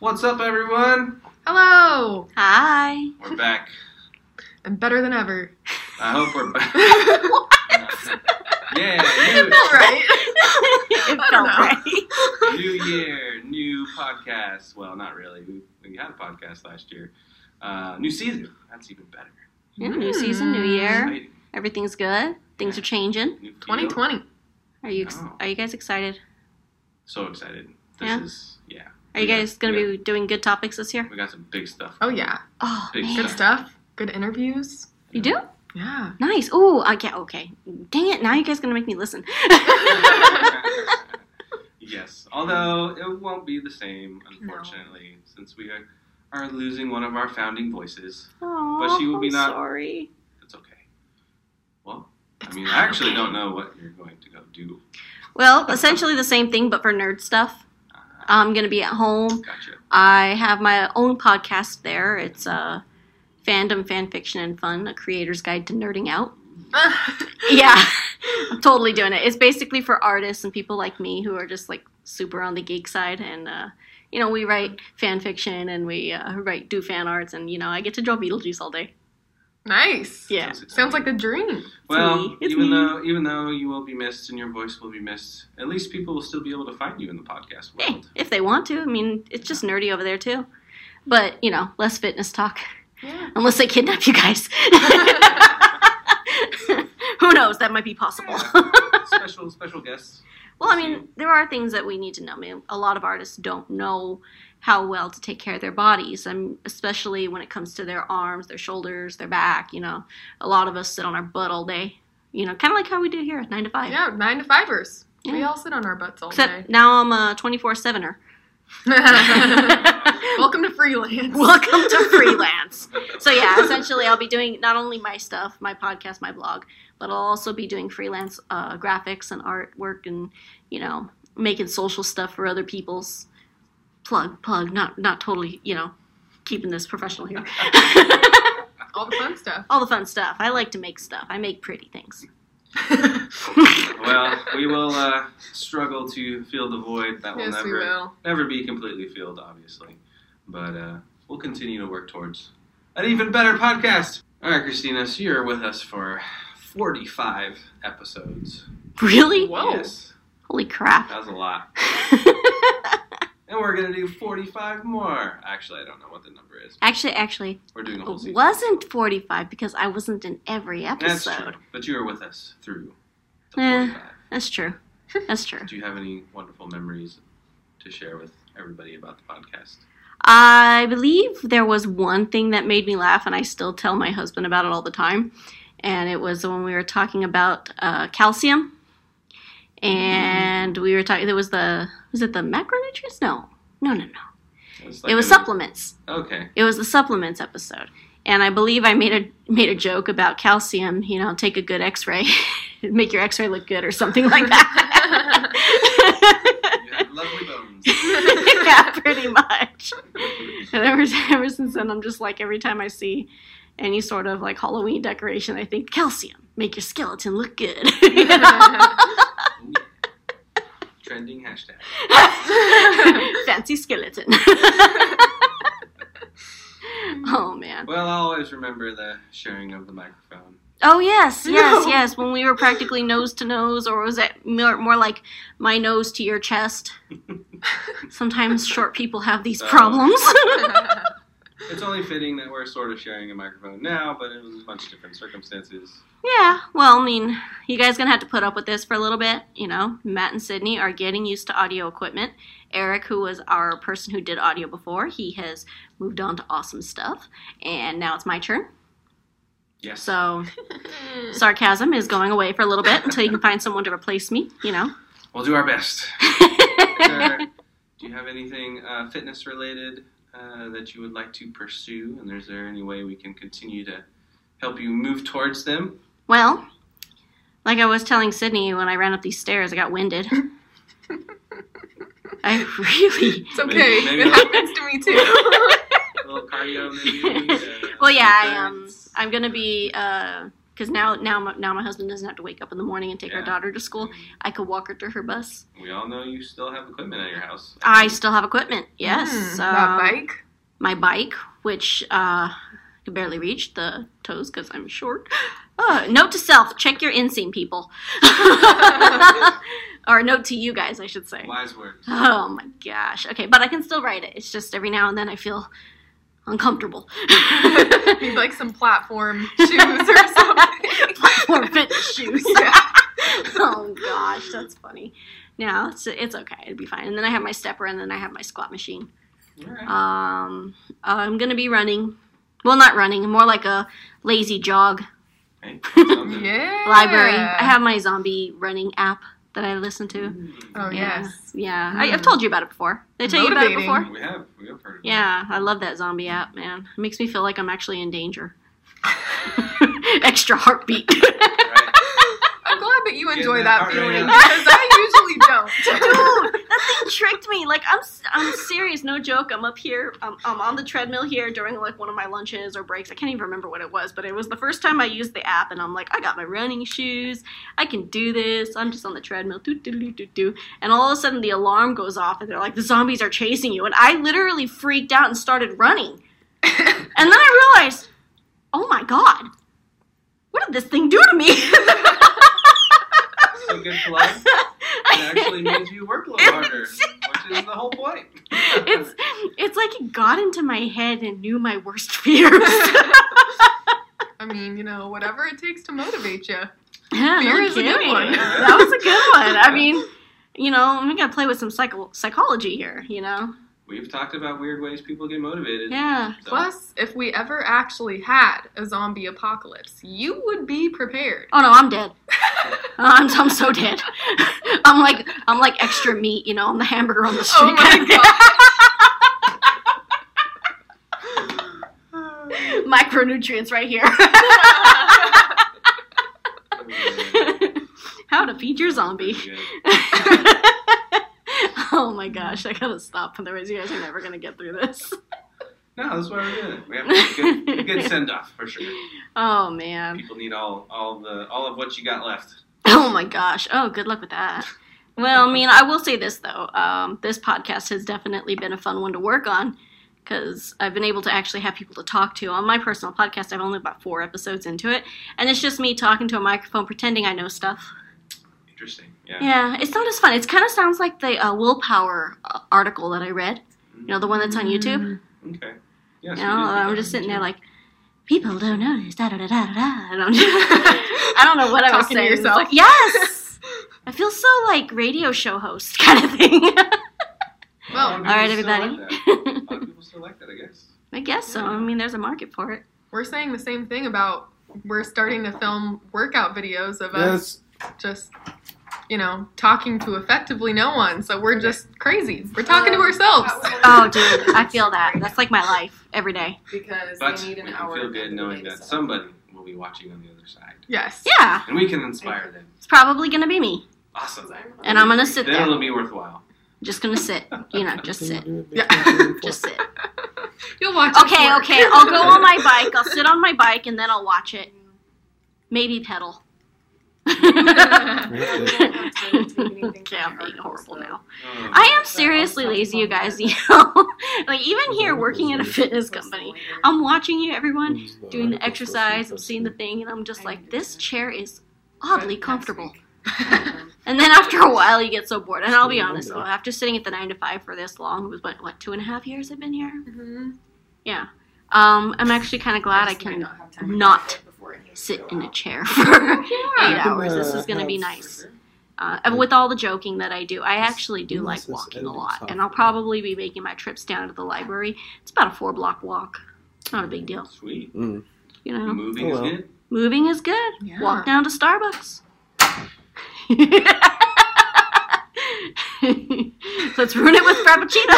What's up, everyone? Hello! Hi. We're back. I'm better than ever. I hope we're back. what? yeah, It felt right. it I don't felt know. right. new, new year, new podcast. Well, not really. We, we had a podcast last year. Uh, new season. That's even better. Yeah, new season, new Mm. year. Exciting. Everything's good. Things are changing. New feel. 2020. Are you ex- Oh. Are you guys excited? So excited. This Yeah. is yeah. Are you Yeah, guys gonna yeah. be doing good topics this year? We got some big stuff. Oh, yeah. Oh, Big man. Good stuff. Good interviews. You do? Yeah. Nice. Ooh, I get okay. Dang it! Now you guys gonna make me listen. yes. Although it won't be the same, unfortunately, since we are, are losing one of our founding voices. Aw, But she will be I'm not- sorry. It's okay. Well, I It's mean, not I actually okay. don't know what you're going to go do. Well, essentially the same thing, but for nerd stuff. Uh, I'm gonna be at home. gotcha. I have my own podcast there. It's uh, fandom, fan fiction, and fun: a creator's guide to nerding out. yeah i'm totally doing it it's basically for artists and people like me who are just like super on the geek side and uh you know we write fan fiction and we uh, write do fan arts and you know i get to draw beetlejuice all day nice. yeah Sounds Sounds like a dream. Well, me. It's even me. though even though you will be missed and your voice will be missed, at least people will still be able to find you in the podcast hey world. if they want to i mean it's just nerdy over there too but you know less fitness talk Yeah. unless they kidnap you guys who knows that might be possible special special guests. Well, I mean, there are things that we need to know. I mean, a lot of artists don't know how well to take care of their bodies, and especially when it comes to their arms, their shoulders, their back. You know, a lot of us sit on our butt all day. You know, kind of like how we do here, at nine to five. Yeah, nine to fivers. We Yeah. all sit on our butts all Except now I'm a twenty-four sevener. day. Welcome Welcome to freelance. to freelance. So yeah, essentially, I'll be doing not only my stuff, my podcast, my blog, but I'll also be doing freelance uh, graphics and artwork, and you know, making social stuff for other people's plug plug. Not not totally, you know, keeping this professional here. all the fun stuff. All the fun stuff. I like to make stuff. I make pretty things. Well, we will uh, struggle to fill the void that will yes, we never will. never be completely filled, obviously. But uh, we'll continue to work towards an even better podcast. All right, Christina, so you're with us for 45 episodes. Really? Whoa. Yes, Holy crap! that was a lot. And we're going to do 45 more. Actually, I don't know what the number is. actually, actually, We're doing a whole it season. wasn't forty-five because I wasn't in every That's episode. true. But you were with us through the Eh. 45. That's true. That's true. Do you have any wonderful memories to share with everybody about the podcast? I believe there was one thing that made me laugh, and I still tell my husband about it all the time. And it was when we were talking about uh, calcium, and we were talking. There was the was it the macronutrients? No, no, no, no. It was, like it was an- supplements. Okay. It was the supplements episode, and I believe I made a made a joke about calcium. You know, take a good X ray, make your X ray look good, or something like that. You have lovely bones. yeah, pretty much. And ever, ever since then, I'm just like, every time I see any sort of like Halloween decoration, I think calcium, make your skeleton look good. You know? Trending hashtag. Fancy skeleton. oh, man. Well, I'll always remember the sharing of the microphone. Oh, yes, yes, No. yes. When we were practically nose to nose, or was it more, more like my nose to your chest? Sometimes short people have these Oh. problems. It's only fitting that we're sort of sharing a microphone now, but it was much different circumstances. Yeah, well, I mean, you guys gonna have to put up with this for a little bit. You know, Matt and Sydney are getting used to audio equipment. Eric, who was our person who did audio before, he has moved on to awesome stuff, and now it's my turn. Yes. So sarcasm is going away for a little bit until you can find someone to replace me. You know. We'll do our best. Sarah, do you have anything uh, fitness related uh, that you would like to pursue? And is there any way we can continue to help you move towards them? well, like I was telling Sydney when I ran up these stairs, I got winded. I really It's okay. Maybe- maybe it not. happens to me too. A little cardio, maybe? uh, Well, yeah, I some um, I'm gonna be uh, because now now my, now my husband doesn't have to wake up in the morning and take our Yeah. daughter to school. I could walk her to her bus. We all know you still have equipment at your house. I still have equipment. Yes, Mm, um, that bike. my bike, which uh, can barely reach the toes because I'm short. Uh, note to self: check your inseam, people. or note to you guys, I should say. Wise words. Oh my gosh. Okay, but I can still ride it. It's just every now and then I feel uncomfortable. Need like some platform shoes or something. Or fitness shoes. Yeah. oh gosh, that's funny. No, it's it's okay. It'd be fine. And then I have my stepper, and then I have my squat machine. All right. Um, I'm gonna be running. Well, not running. More like a lazy jog. Hey, something. Yeah. Library. I have my zombie running app that I listen to. Mm. Oh Yeah. yes. Yeah, I, Mm. I've told you about it before. Did I tell you Motivating. about it before? We have. We have heard of Yeah, I love that zombie app, man. It makes me feel like I'm actually in danger. Extra heartbeat. it. Right. I'm glad that you Getting enjoy that that part feeling right because now. I usually Dude, don't. that thing tricked me. Like I'm, s- I'm serious, no joke. I'm up here, I'm, I'm on the treadmill here during like one of my lunches or breaks. I can't even remember what it was, but it was the first time I used the app, and I'm like, I got my running shoes. I can do this. I'm just on the treadmill, do do do do do, and all of a sudden the alarm goes off, and they're like, the zombies are chasing you, and I literally freaked out and started running, and then I realized, oh my god, what did this thing do to So good for life. It me? actually made you work a little harder, which is the whole point. it's it's like it got into my head and knew my worst fears. I mean, you know, whatever it takes to motivate you. Yeah, Fear no is a good kidding. one. that was a good one. I mean, you know, we gotta play with some psycho- psychology here. You know, We've talked about weird ways people get motivated. yeah, So, Plus, if we ever actually had a zombie apocalypse, you would be prepared. Oh no, I'm dead. I'm, I'm so dead. I'm like I'm like extra meat, you know. I'm the hamburger on the street. Oh my Micronutrients right here. god. pretty How to feed your zombie. good. oh my gosh, I gotta stop. Otherwise, you guys are never gonna get through this. No, that's why we're doing it. We have a good, a good send off for sure. Oh man. People need all, all the, all of what you got left. Oh my gosh. Oh, good luck with that. Well, I mean, I will say this though. Um, this podcast has definitely been a fun one to work on because I've been able to actually have people to talk to. On my personal podcast, I've only about four episodes into it, and it's just me talking to a microphone, pretending I know stuff. Interesting. Yeah. Yeah, it's not as fun. It kind of sounds like the uh, willpower uh, article that I read. You know, the one that's on Mm-hmm. YouTube. Mm-hmm. Mm. Okay. Yes, You we know, did do I'm that just one sitting there too. like, people don't notice, da da da da da, da," and I'm just, I don't know what I was Talking to saying. It's yourself. like, yes, I feel so like radio show host kind of thing. Well, A lot of all All right, people still everybody. like that. A lot of people still like that, I guess. I guess so. I mean, there's a market for it. We're saying the same thing about we're starting to film workout videos of us Yes. just, you know, talking to effectively no one. So we're just crazy. We're talking Um, to ourselves. Oh, dude, I feel that. That's like my life every day. because But they we need an can hour. feel to good knowing motivate that some- somebody will be watching on the other side, Yes. Yeah, and we can inspire them. it's probably gonna be me. Awesome. And I'm gonna sit then there. it'll be worthwhile. Just gonna sit, you know, just sit, Yeah. just sit. You'll watch. us Okay, work. okay, I'll go on my bike. I'll sit on my bike and then I'll watch it. Maybe pedal. Yeah. okay, I'm being horrible now. Oh, I am seriously lazy, you guys. You know, like even here working at a fitness company, I'm watching you, everyone, doing the exercise. I'm seeing the thing, and I'm just like, this chair is oddly comfortable. Mm-hmm. And then after a while, you get so bored. And I'll be honest, though, after sitting at the nine to five for this long, it was what, what two and a half years I've been here. Mhm. Um, I'm actually kind of glad I Absolutely can not have time to not do it before it needs to sit go in a out. chair for Yeah. eight hours. This is gonna be Yeah. nice. Uh, and with all the joking that I do, I actually do like This is walking a editing lot, and software. I'll probably be making my trips down to the library. It's about a four block walk. It's not a big deal, Sweet. Mm. you know. Moving Hello. is good. Moving is good. Yeah. Walk down to Starbucks. Let's ruin it with frappuccino.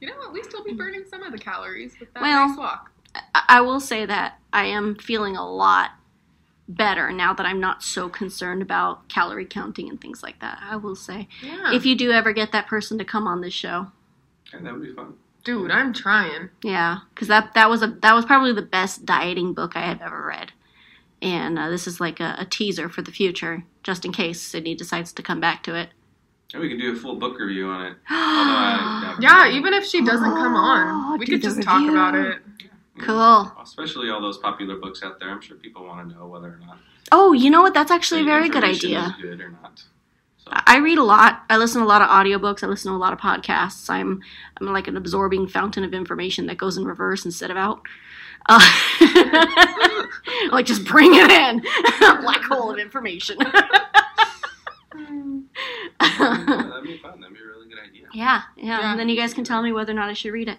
You know, at least you'll be burning some of the calories with that Well, nice walk. I- I will say that I am feeling a lot better now that I'm not so concerned about calorie counting and things like that. I will say. Yeah. if you do ever get that person to come on this show, Yeah, that would be fun. Dude, I'm trying. Yeah, because that that was a that was probably the best dieting book I had ever read, and uh, this is like a, a teaser for the future, just in case Sydney decides to come back to it. And we could do a full book review on it. Although I- Yeah, even if she doesn't come Oh, on, we do could the just talk review. about it. Yeah. cool. Especially all those popular books out there. I'm sure people want to know whether or not. Oh, you know what? That's actually a the very good information idea. Is good or not. So, I I read a lot. I listen to a lot of audiobooks. I listen to a lot of podcasts. I'm I'm like an absorbing fountain of information that goes in reverse instead of out. Uh, like just bring it in, black hole of information. yeah, that'd be fun. That'd be a really good idea. yeah, yeah, Yeah. And then you guys can tell me whether or not I should read it.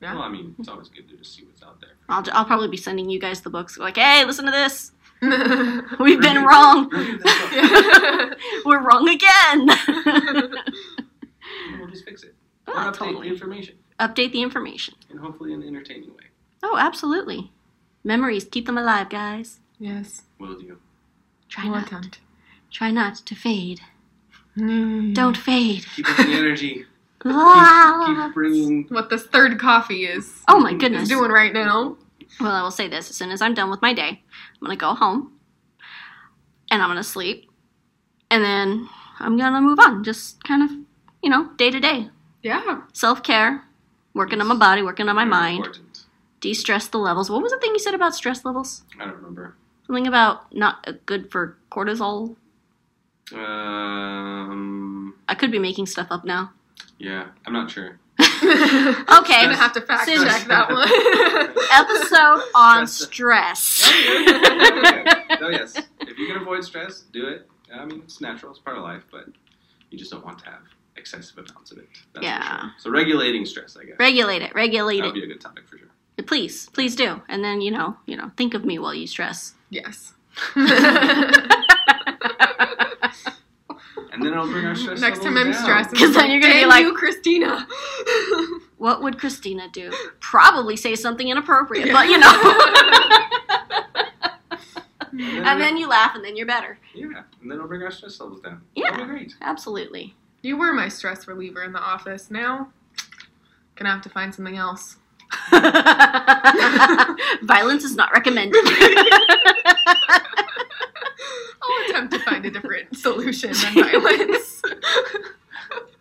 Yeah. Well, I mean, it's always good to just see what's out there. I'll j- I'll probably be sending you guys the books. Like, hey, listen to this. yeah. We've been Review- wrong. review this book, We're wrong again. and We'll just fix it. Oh, Or update totally. the information, Update the information. and hopefully in an entertaining way. Oh, absolutely. Memories keep them alive, guys. yes. Will do. Try We'll not. attempt. Try not to fade. Mm. Don't fade. Keep up the energy. keep, oh keep bringing. What this third coffee is my is goodness. doing right now. Well, I will say this: as soon as I'm done with my day, I'm gonna go home, and I'm gonna sleep, and then I'm gonna move on. Just kind of, you know, day to day, Yeah. self care, working on my body, working on my Very mind, Important. de stress the levels. What was the thing you said about stress levels? I don't remember. Something about not uh, good for cortisol. Um. I could be making stuff up now. Yeah, I'm not sure. I'm Okay, gonna have to fact Sid- check that one. episode on Oh, stress. yeah. oh yes. If you can avoid stress, do it. I mean, it's natural. It's part of life, but you just don't want to have excessive amounts of it. That's for Yeah. sure. So regulating stress, I guess. regulate it, regulate That'd it. be a good topic for sure. Please, please do. And then you know, you know, think of me while you stress. yes. And then it'll bring our stress Next time levels I'm down. stressed, it's 'Cause then you're gonna be "Damn like- you, Christina. What would Christina do? Probably say something inappropriate, but you know. and then you laugh, and then you're better. Yeah, and then it'll bring our stress levels down. Yeah. That'll be great. Absolutely. you were my stress reliever in the office. Now, gonna have to find something else. Violence is not recommended. I'll attempt to find a different solution than violence.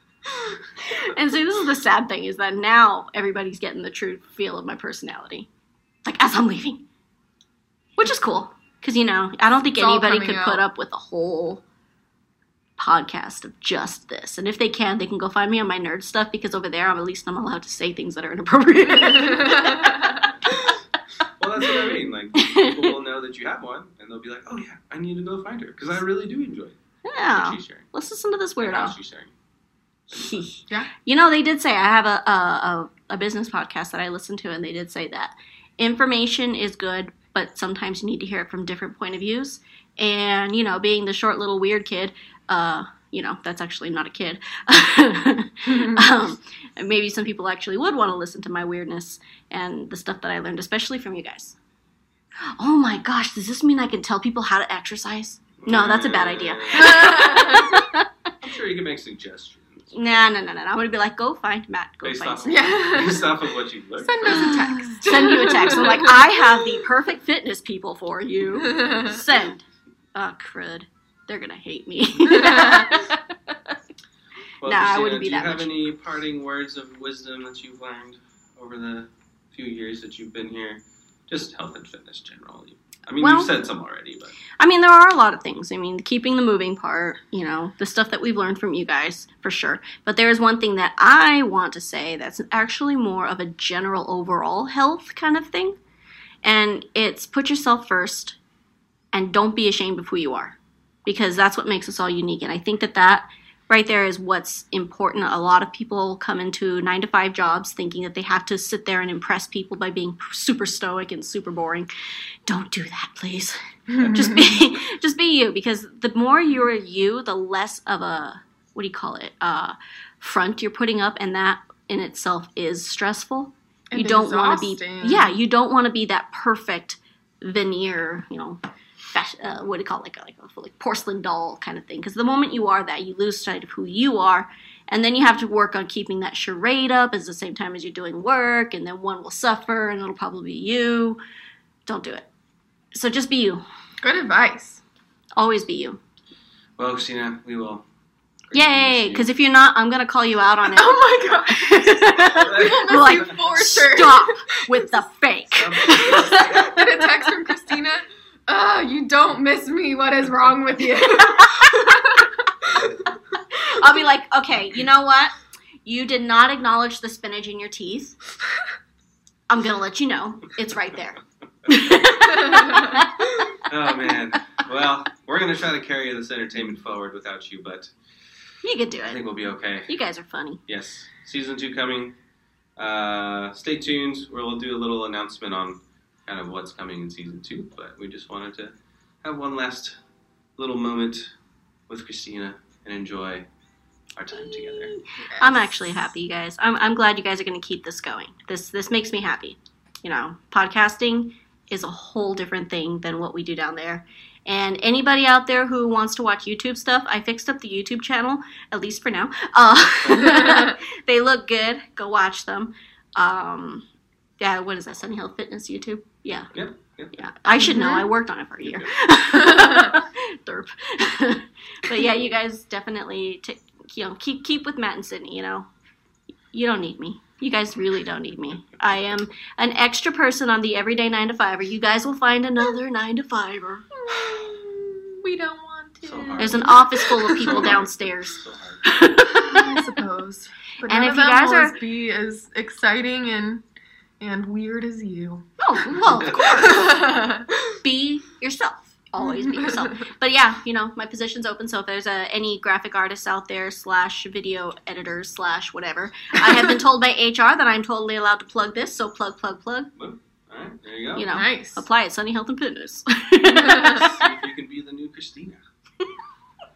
and see, this is the sad thing is that now everybody's getting the true feel of my personality, like as I'm leaving, which is cool because you know I don't think It's all anybody coming could put out. up with a whole podcast of just this. And if they can, they can go find me on my nerd stuff because over there, I'm at least I'm allowed to say things that are inappropriate. Well, that's what I mean. Like, people will know that you have one, and they'll be like, oh, yeah, I need to go find her, because I really do enjoy what yeah, she's sharing. let's listen to this and how weirdo. she's sharing. Yeah. You know, they did say I have a, a a a business podcast that I listen to, and they did say that information is good, but sometimes you need to hear it from different point of views. And you know, being the short little weird kid, uh, you know, that's actually not a kid. um, and maybe some people actually would want to listen to my weirdness and the stuff that I learned, especially from you guys. Oh my gosh, does this mean I can tell people how to exercise? No, that's a bad idea. I'm sure you can make suggestions. Nah, no, no, no. no. I'm gonna be like, go find Matt. Go Based find. off, Yeah. based off of what you've learned. Send us a text. send you a text. I'm like, I have the perfect fitness people for you. Send. Oh, crud. They're going to hate me. Well, Nah, I Christina, wouldn't be do you that have much. any parting words of wisdom that you've learned over the few years that you've been here? Just health and fitness generally. I mean, Well- you've said some already, but I mean, there are a lot of things. I mean, keeping the moving part, you know, the stuff that we've learned from you guys, for sure. But there is one thing that I want to say that's actually more of a general overall health kind of thing. And it's put yourself first and don't be ashamed of who you are because that's what makes us all unique. And I think that that right there is what's important. A lot of people come into nine to five jobs thinking that they have to sit there and impress people by being super stoic and super boring. Don't do that, please just be Mm-hmm. just be you because the more you're you the less of a what do you call it uh front you're putting up and that in itself is stressful And you don't want to be exhausting. yeah you don't want to be that perfect veneer you know fashion, uh, what do you call it like a, like a like porcelain doll kind of thing because the moment you are that you lose sight of who you are And then you have to work on keeping that charade up at the same time as you're doing work, and then one will suffer, and it'll probably be you. Don't do it. So just be you. Good advice. Always be you. Well, Christina, we will. Yay! Because if you're not, I'm gonna call you out on it. Oh my god. People miss Like, you for sure. Um, Stop with the fake. Get a text from Christina. Ugh, you don't miss me. What is wrong with you? I'll be like, okay, you know what? You did not acknowledge the spinach in your teeth. I'm gonna let you know. It's right there. oh man. Well, we're gonna try to carry this entertainment forward without you, but you could do I think it. we'll be okay. You guys are funny. Yes, season two coming. Uh, stay tuned. We'll do a little announcement on kind of what's coming in season two, but we just wanted to have one last little moment with Christina and enjoy our time together. I'm actually happy, you guys. I'm, I'm glad you guys are gonna keep this going. This this makes me happy. You know, podcasting is a whole different thing than what we do down there. And anybody out there who wants to watch YouTube stuff, I fixed up the YouTube channel, at least for now. Uh, they look good. Go watch them. Um, yeah, what is that? Sunny Hill Fitness YouTube? Yeah. Yep, yep. Yeah. I should know. Mhm. I worked on it for a year. Derp. but yeah, you guys definitely t- you know keep keep with Matt and Sydney. You know, you don't need me. You guys really don't need me. I am an extra person on the everyday nine to fiver. You guys will find another nine to fiver. we don't want to. So hard. There's an office full of people downstairs. Oh, So hard. I suppose. But And none if of you them guys will are- be as exciting and and weird as you. Oh well, of course. Always Be yourself. Always be yourself. But yeah, you know, my position's open. So if there's uh, any graphic artists out there, slash video editors, slash whatever, I have been told by HR that I'm totally allowed to plug this. So plug, plug, plug. All right, there you go. You know, nice. apply at Sunny Health and Fitness. See if you can be the new Christina.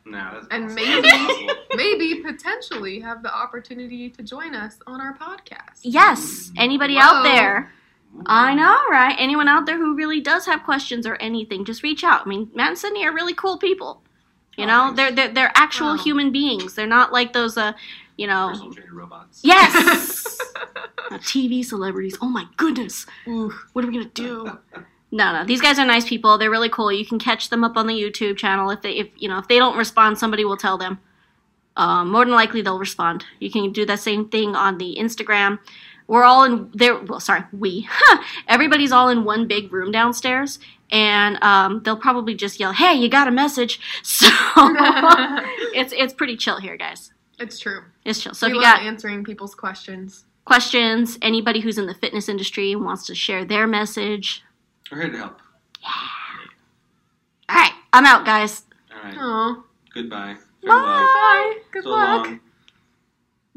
No, that's And impossible. maybe- That's impossible. Maybe potentially have the opportunity to join us on our podcast. yes, anybody Whoa. out there? I know, right? Anyone out there who really does have questions or anything, just reach out. I mean, Matt and Sydney are really cool people. You know, Always. they're, they're they're Wow. actual human beings. They're not like those, uh, you know. Personal trainer robots. Yes. Now, TV celebrities. Oh my goodness. Ooh, what are we gonna do? No, no. These guys are nice people. They're really cool. You can catch them up on the YouTube channel. If they, if you know, if they don't respond, somebody will tell them. Um, more than likely, they'll respond. You can do that same thing on the Instagram. We're all in there. Well, sorry, we. Everybody's all in one big room downstairs, and um, they'll probably just yell, "Hey, you got a message!" So it's it's pretty chill here, guys. it's true. It's chill. So we if you love got answering people's questions. questions, anybody who's in the fitness industry and wants to share their message. We're here to help. All right, I'm out, guys. All right. Oh, Goodbye. Farewell. bye. Good so luck. long.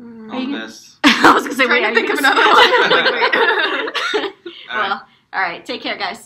Oh. Mm. All Are the you- best. I was gonna say, Trying wait, to are you think of gonna- another one. I'm like, wait. All right. well, all right. Take care, guys.